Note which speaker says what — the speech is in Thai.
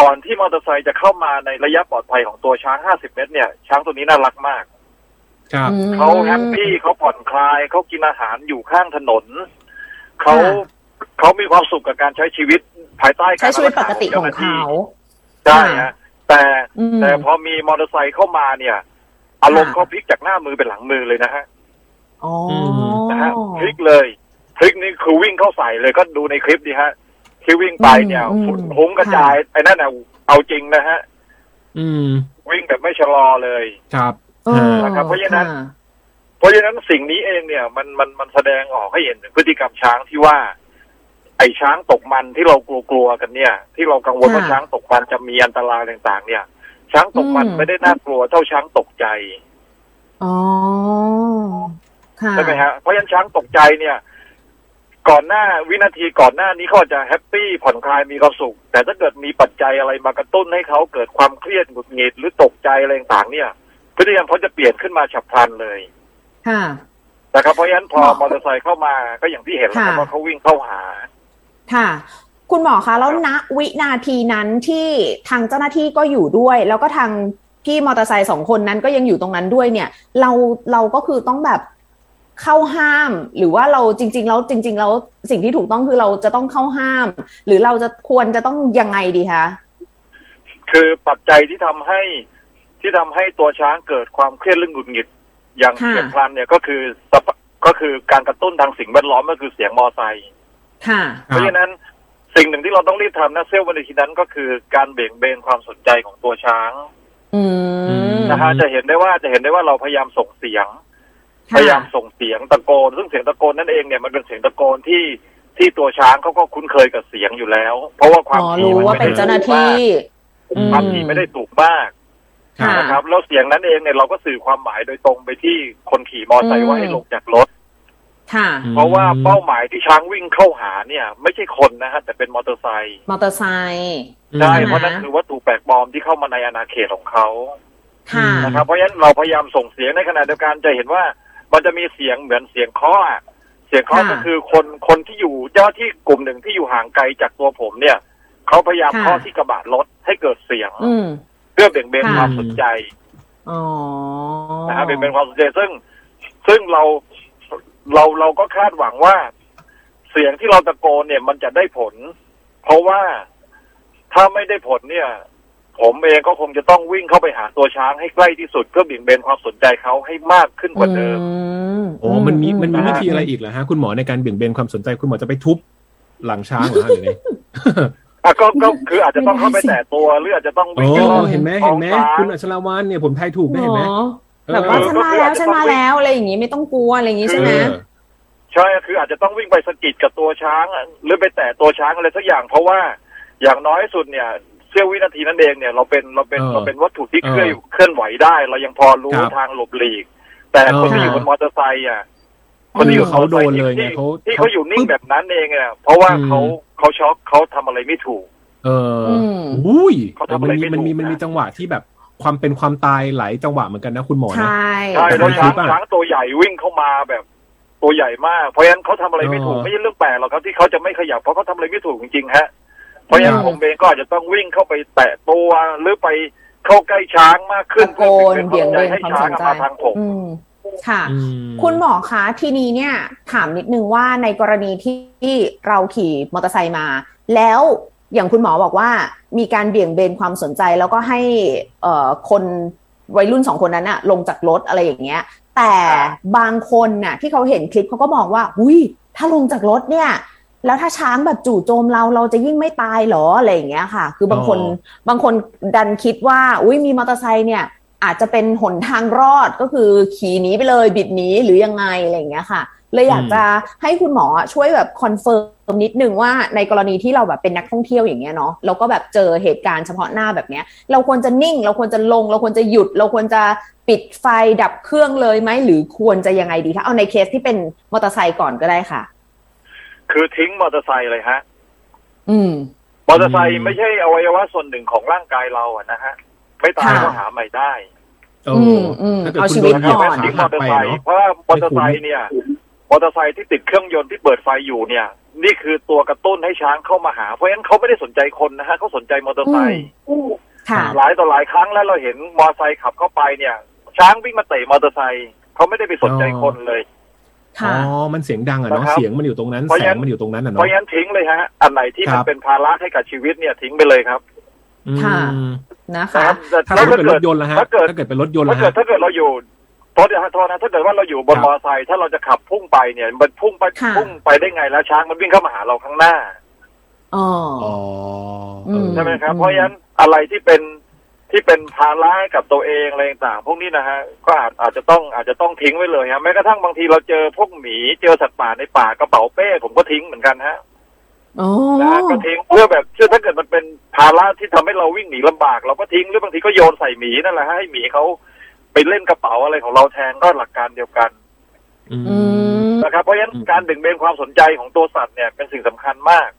Speaker 1: ก่อนที่มอเตอร์ไซค์จะเข้ามาในระยะปลอดภัยของตัวช้าง 50 เมตรเนี่ย ช้างตัวนี้น่ารักมาก
Speaker 2: ครับ
Speaker 3: อืม
Speaker 1: เขาแฮปปี้เขาผ่อนคลายเขากินอาหารอยู่ข้างถนน เขา
Speaker 3: ค่ะ
Speaker 1: เขามีความสุขกับการใช้ชีวิตภายใต้
Speaker 3: ใช้
Speaker 1: การ
Speaker 3: ชีวิตปกติ
Speaker 1: รัษ
Speaker 3: ขอ
Speaker 1: จ้หน้
Speaker 3: งเขา
Speaker 1: ที่ได้ฮะแต่
Speaker 3: อืม
Speaker 1: แต่พอมีมอเตอร์ไซค์เข้ามาเนี่ย อารมณ์
Speaker 3: ค่ะ
Speaker 1: เขาพลิกจากหน้ามือเป็นหลังมือเลยนะฮะ
Speaker 3: อ๋อ
Speaker 1: นะฮะพลิกเลยพลิกนี่คือวิ่งเข้าใส่เลยก็ดูในคลิปดีฮะที่วิ่งไปเนี่ย
Speaker 3: อืม
Speaker 1: ฝุ่นคลุ้งกระจาย
Speaker 3: ค่
Speaker 1: ไอ้นั่นน่ะเอาจริงนะฮะ
Speaker 2: อืม
Speaker 1: วิ่งแบบไม่ชะลอเลย
Speaker 2: ครับ
Speaker 3: เออ
Speaker 1: นะครับเพราะฉะนั้น
Speaker 3: ค่
Speaker 1: เพราะฉะนั้นสิ่งนี้เองเนี่ยมันมันมันแสดงออกให้เห็นถึงพฤติกรรมช้างที่ว่า ไอ้ช้างตกมันที่เรากลัวๆกันเนี่ย ที่เรากังวลว่าช้างตกมันจะมีอันตรายต่างๆ เนี่ย ช้างตกมันไม่ได้น่ากลัวเท่าช้างตกใจ
Speaker 3: อ๋อค่ะ
Speaker 1: ใช่ไหมฮะเพราะฉะนั้นช้างตกใจเนี่ย ก่อนหน้าวินาทีก่อนหน้านี้เขาอาจจะแฮปปี้ผ่อนคลายมีความสุข แต่ถ้าเกิดมีปัจจัยอะไรมากระตุ้นให้เขาเกิดความเครียดหงุดหงิดหรือตกใจอะไรต่างๆเนี่ย พฤติกรรมเขาจะเปลี่ยนขึ้นมาฉับพลันเลย
Speaker 3: ค่ะ
Speaker 1: นะครับเพราะฉะนั้นพอ
Speaker 3: ห
Speaker 1: ม
Speaker 3: มอ
Speaker 1: อเตอร์ไซค์เข้ามาก็อย่างที่เห็นแล้วครับ
Speaker 3: ค่ะ
Speaker 1: ว่าเขาวิ่งเข้าหา
Speaker 3: ค่ะ คุณหมอคะแล้วณวินาทีนั้นที่ทางเจ้าหน้าที่ก็อยู่ด้วย แล้วก็ทางพี่มอเตอร์ไซค์สองคนนั้นก็ยังอยู่ตรงนั้นด้วยเนี่ย เราเราก็คือต้องแบบเข้าห้าม หรือว่าเราจริง ๆ แล้วจริง ๆ แล้วสิ่งที่ถูกต้องคือเราจะต้องเข้าห้าม หรือเราจะควรจะต้องยังไงดีคะ
Speaker 1: คือปัจจัยที่ทำให้ที่ทำให้ตัวช้างเกิดความเครียดเรื่องหงุดหงิด อย่างเฉียบพลันเนี่ยก็คือสภาก็คือการกระตุ้นทางสิ่งแวดล้อมก็คือเสียงมอเตอร์ไซค์
Speaker 3: ค่ะ
Speaker 2: ค
Speaker 1: เพ
Speaker 2: รับ
Speaker 1: ราะฉะนั้นสิ่งหนึ่งที่เราต้องรีบทำนะเซลล์วันทีนั้นก็คือการเบี่ยงเบนความสนใจของตัวช้าง
Speaker 3: อืม
Speaker 1: นะฮะจะเห็นได้ว่าจะเห็นได้ว่าเราพยายามส่งเสียง พ
Speaker 3: ค่ะ
Speaker 1: ยายามส่งเสียงตะโกน ซึ่งเสียงตะโกนนั่นเองเนี่ยมันเป็นเสียงตะโกนที่ที่ตัวช้างเขาก็คุ้นเคยกับเสียงอยู่แล้ว เพราะว่าความ
Speaker 3: อ๋อ
Speaker 1: ถี่
Speaker 3: รู้
Speaker 1: มั
Speaker 3: ว่า
Speaker 1: ไม่
Speaker 3: เป็น
Speaker 1: ได้
Speaker 3: เจ้าหน้าที่ อืม
Speaker 1: ความถี่ไม่ได้สูงมาก
Speaker 2: ครั
Speaker 3: ค่ะ
Speaker 2: บ
Speaker 1: นะครับแล้วเสียงนั้นเองเนี่ยเราก็สื่อความหมายโดยตรงไปที่คนขี่มอเตอร์ไซค์ว่าให้ลงจากรถ
Speaker 3: ค่ะ
Speaker 2: อืม
Speaker 1: เพราะว่าเป้าหมายที่ช้างวิ่งเข้าหาเนี่ย ไม่ใช่คนนะฮะแต่เป็นมอเตอร์ไซค์
Speaker 3: มอเตอร์ไซค์
Speaker 2: อืม
Speaker 1: ใช่เพราะนั่นคือวัตถุแปลกปลอมที่เข้ามาในอาณาเขตของเขา
Speaker 3: ค่ะ
Speaker 1: นะครับเพราะฉะนั้นเราพยายามส่งเสียงในขณะเดียวกันจะเห็นว่ามันจะมีเสียงเหมือนเสียงเคาะอะเสียงเคาะ
Speaker 3: ค่ะ
Speaker 1: ก็คือคนคนที่อยู่เจ้าหน้าที่กลุ่มหนึ่งที่อยู่ห่างไกลจากตัวผมเนี่ยเขาพยายาม
Speaker 3: ค่ะ
Speaker 1: เคาะที่กระบะรถให้เกิดเสียง
Speaker 3: อืม
Speaker 1: เพื่อเบี่ยงเบน
Speaker 3: ค่ะ
Speaker 1: ความสนใจ
Speaker 3: อ๋อ
Speaker 1: นะครับเบี่ยงเบนความสนใจซึ่ง ซึ่งเราเราเราก็คาดหวังว่า เสียงที่เราตะโกนเนี่ย มันจะได้ผล เพราะว่าถ้าไม่ได้ผลเนี่ย ผมเองก็คงจะต้องวิ่งเข้าไปหาตัวช้างให้ใกล้ที่สุดเพื่อเบี่ยงเบนความสนใจเขาให้มากขึ้นกว่าเดิม
Speaker 2: โอ้มันมีมันมีวิธีอะไรอีกเหรอฮะ คุณหมอในการเบี่ยงเบนความสนใจคุณหมอจะไปทุบหลังช้างเหรอฮะหรือไง
Speaker 1: อ่ะก็ก็คืออาจจะต้องเข้าไปแตะตัวหรืออาจจะต้อง
Speaker 2: โอ้
Speaker 1: วิ่งไปรอบ
Speaker 2: เห็นไหม
Speaker 1: ท้
Speaker 2: เห็
Speaker 1: อน ง
Speaker 2: ไหม
Speaker 1: ฟ้า
Speaker 2: คุณอัชรวันเนี่ยผมทายถูกไหมเห็นไหม
Speaker 3: แบบว่า
Speaker 1: เออ
Speaker 3: ฉั
Speaker 1: ก็
Speaker 3: นมาแล้ว
Speaker 1: คืออาจจะ
Speaker 3: ฉันมา
Speaker 1: ต้อง
Speaker 3: แล้วอะไรอย่างงี้ไม่ต้องกลัวอะไรอย่างงี้ใช่ไหม
Speaker 2: เออ
Speaker 1: ใช่คืออาจจะต้องวิ่งไปสะกิดกับตัวช้างอ่ะหรือไปแตะตัวช้างอะไรสักอย่าง เพราะว่าอย่างน้อยสุดเนี่ยเสี้ยววินาทีนั้นเองเนี่ยเราเป็นเราเป็นเราเป็นวัตถุที่เคลื่อนเคลื่อนไหวได้ เรายังพอรู้ทางหลบหลีก แต่คนที่อยู่บนมอเตอร์ไซค์อ่ะ
Speaker 2: คนที่อยู่เขาโดนเลยไงเขา
Speaker 1: ที่เขาอยู่นิ่ง
Speaker 2: ปึ๊
Speaker 1: แบบนั้นเองอ่ะเพราะว่าเขา
Speaker 2: อืม
Speaker 1: เขาช็อกเขาทำอะไรไม่ถูก
Speaker 2: เออ
Speaker 3: ม
Speaker 2: อุ้ย
Speaker 1: เขาทำ
Speaker 2: มั
Speaker 1: อะไร
Speaker 2: นมี
Speaker 1: ไม่
Speaker 2: มันมี
Speaker 1: ถูกนะ
Speaker 2: มันมีจังหวะที่แบบความเป็นความตายหลายจังหวะเหมือนกันนะคุณหมอ
Speaker 3: ใช
Speaker 2: นะ
Speaker 3: ่
Speaker 1: ใช่
Speaker 2: แต่
Speaker 1: แล้ว
Speaker 2: ไม่
Speaker 1: ช้าง
Speaker 2: ถูกอะ
Speaker 1: ช้างตัวใหญ่วิ่งเข้ามาแบบตัวใหญ่มาก เพราะฉะนั้นเขาทำอะไรไม่ถูก
Speaker 2: เออ
Speaker 1: ไม่ใช่เรื่องแปลกหรอกครับที่เขาจะไม่ขยับเพราะเขาทำอะไรไม่ถูกจริงๆฮะเพราะฉะนั้น
Speaker 3: อืม
Speaker 1: ผมเองก็อาจจะต้องวิ่งเข้าไปแตะตัวหรือไปเข้าใกล้ช้างมากขึ้น
Speaker 3: ตะโกน
Speaker 1: เพื่อ
Speaker 3: เบี่ยงเบน
Speaker 1: ให้
Speaker 3: ความ
Speaker 1: ช้าง
Speaker 3: สนใจ
Speaker 1: มาทางผม
Speaker 3: อืมค่ะ
Speaker 2: อืม
Speaker 3: คุณหมอคะทีนี้เนี่ย ถามนิดนึงว่าในกรณีที่เราขี่มอเตอร์ไซค์มา แล้วอย่างคุณหมอบอกว่ามีการเบี่ยงเบนความสนใจแล้วก็ให้เอ่อคนวัยรุ่นสองคนนั้นน่ะ ลงจากรถอะไรอย่างเงี้ย แต่บางคนน่ะ ที่เขาเห็นคลิปเขาก็มองว่าอุ้ยถ้าลงจากรถเนี่ย แล้วถ้าช้างแบบจู่โจมเราเราจะยิ่งไม่ตายเหรออะไรอย่างเงี้ยค่ะ คือบางคน
Speaker 2: อ๋อ
Speaker 3: บางคนดันคิดว่า อุ้ยมีมอเตอร์ไซค์เนี่ย อาจจะเป็นหนทางรอดก็คือขี่หนีไปเลยบิดหนีหรือยังไงอะไรอย่างเงี้ยค่ะ เลยอยากจะให้คุณหมอช่วยแบบคอนเฟิร์มนิดนึงว่าในกรณีที่เราแบบเป็นนักท่องเที่ยวอย่างเงี้ยเนาะเราก็แบบเจอเหตุการณ์เฉพาะหน้าแบบเนี้ย เราควรจะนิ่ง เราควรจะลง เราควรจะหยุด เราควรจะปิดไฟดับเครื่องเลยไหมหรือควรจะยังไงดีคะเอาในเคสที่เป็นมอเตอร์ไซค์ก่อนก็ได้ค่ะ
Speaker 1: คือทิ้งมอเตอร์ไซค์เลยฮะ
Speaker 3: อืม
Speaker 1: มอเตอร์ไซค์
Speaker 2: อืม
Speaker 1: ไม่ใช่อวัยวะส่วนหนึ่งของร่างกายเราอะนะฮะไม่ตาย
Speaker 3: ค่ะ
Speaker 1: ก็หาใหม่ได้
Speaker 2: โอ้
Speaker 3: อืมอืม
Speaker 2: ถ้าเกิด
Speaker 3: เอา
Speaker 2: คุ
Speaker 3: ชี
Speaker 2: ณ
Speaker 3: วิ
Speaker 2: โดน
Speaker 3: ต
Speaker 1: นะ
Speaker 2: เห
Speaker 1: ค
Speaker 2: ยี
Speaker 1: รั
Speaker 2: ย
Speaker 1: บบไม่ทิ้งม
Speaker 2: ขา
Speaker 3: ก่อน
Speaker 2: หั
Speaker 1: อก เตอร์
Speaker 2: ไป
Speaker 1: ไซค์
Speaker 2: เนาะ
Speaker 1: เพราะว่ามอเตอร์ไซค์เนี่ย มอเตอร์ไซค์ที่ติดเครื่องยนต์ที่เปิดไฟอยู่เนี่ย นี่คือตัวกระตุ้นให้ช้างเข้ามาหา เพราะฉะนั้นเขาไม่ได้สนใจคนนะฮะเขาสนใจมอเตอร์ไซค์
Speaker 3: ค่ะ
Speaker 1: หลายต่อหลายครั้งแล้วเราเห็นมอเตอร์ไซค์ขับเข้าไปเนี่ย ช้างวิ่งมาเตะมอเตอร์ไซค์เขาไม่ได้ไปสนใจคนเลย
Speaker 2: อ๋
Speaker 3: ค่ะ
Speaker 2: อ มันเสียงดังอ่ะเนาะ
Speaker 1: นะครับ
Speaker 2: เสียงมันอยู่ตรงนั้น
Speaker 1: เพราะ
Speaker 2: แส
Speaker 1: ฉะนั้
Speaker 2: ง
Speaker 1: น
Speaker 2: มันอยู่ตรงนั้นอ่ะ
Speaker 1: เพ
Speaker 2: เนาะ
Speaker 1: ราะฉะนั้นทิ้งเลยฮะ อันไหนที่มั
Speaker 2: คน รับ
Speaker 1: เป็นภาระให้กับชีวิตเนี่ยทิ้งไปเลยครับ
Speaker 2: อืม
Speaker 3: ค่ะ นะ
Speaker 1: นะ
Speaker 3: คะ
Speaker 1: ครับแต่
Speaker 2: ถ้า
Speaker 1: แล้ว
Speaker 2: เกิด
Speaker 1: ถ้า
Speaker 2: เป็นร
Speaker 1: เกิด
Speaker 2: ถยนต์ละฮะ
Speaker 1: ถ้าเกิด
Speaker 2: ถ้าเกิดเป็นรถยนต์
Speaker 1: ถ้า
Speaker 2: ละ
Speaker 1: เกิด
Speaker 2: ฮะ
Speaker 1: ถ้าเกิดเราอยู่โทษนะฮะโทษนะถ้าเกิดว่าเราอยู่บน
Speaker 2: ครับ
Speaker 1: มอเตอร์ไซค์ถ้าเราจะขับพุ่งไปเนี่ยมันพุ่งไป
Speaker 3: ค่ะ
Speaker 1: พุ่งไปได้ไงแล้วช้างมันวิ่งเข้ามาหาเราข้างหน้า
Speaker 3: อ๋อ
Speaker 2: อ๋ออ
Speaker 3: ม
Speaker 2: เออ
Speaker 1: ใช่ไหมครับ
Speaker 3: อืม
Speaker 1: เพราะฉะนั้นอะไรที่เป็นที่เป็นภาระให้กับตัวเองอะไรต่างๆพวกนี้นะฮะก็อาจอาจจะต้องอาจจะต้องทิ้งไว้เลยฮะแม้กระทั่งบางทีเราเจอพวกหมีเจอสัตว์ป่าในป่ากระเป๋าเป้ผมก็ทิ้งเหมือนกันฮะ
Speaker 3: อ๋อ
Speaker 1: นะฮะก็ทิ้งเพื่อแบบเชื่อถ้าเกิดมันเป็นภาระที่ทำให้เราวิ่งหนีลำบากเราก็ทิ้งหรือบางทีก็โยนใส่หมีนั่นแหละฮะให้หมีเขาไปเล่นกระเป๋าอะไรของเราแทนก็หลักการเดียวกัน
Speaker 2: อืม
Speaker 3: อืม
Speaker 2: 嗯
Speaker 1: นะครับเพราะฉะนั้น
Speaker 2: อืม
Speaker 1: การดึงเบนความสนใจของตัวสัตว์เนี่ยเป็นสิ่งสำคัญมาก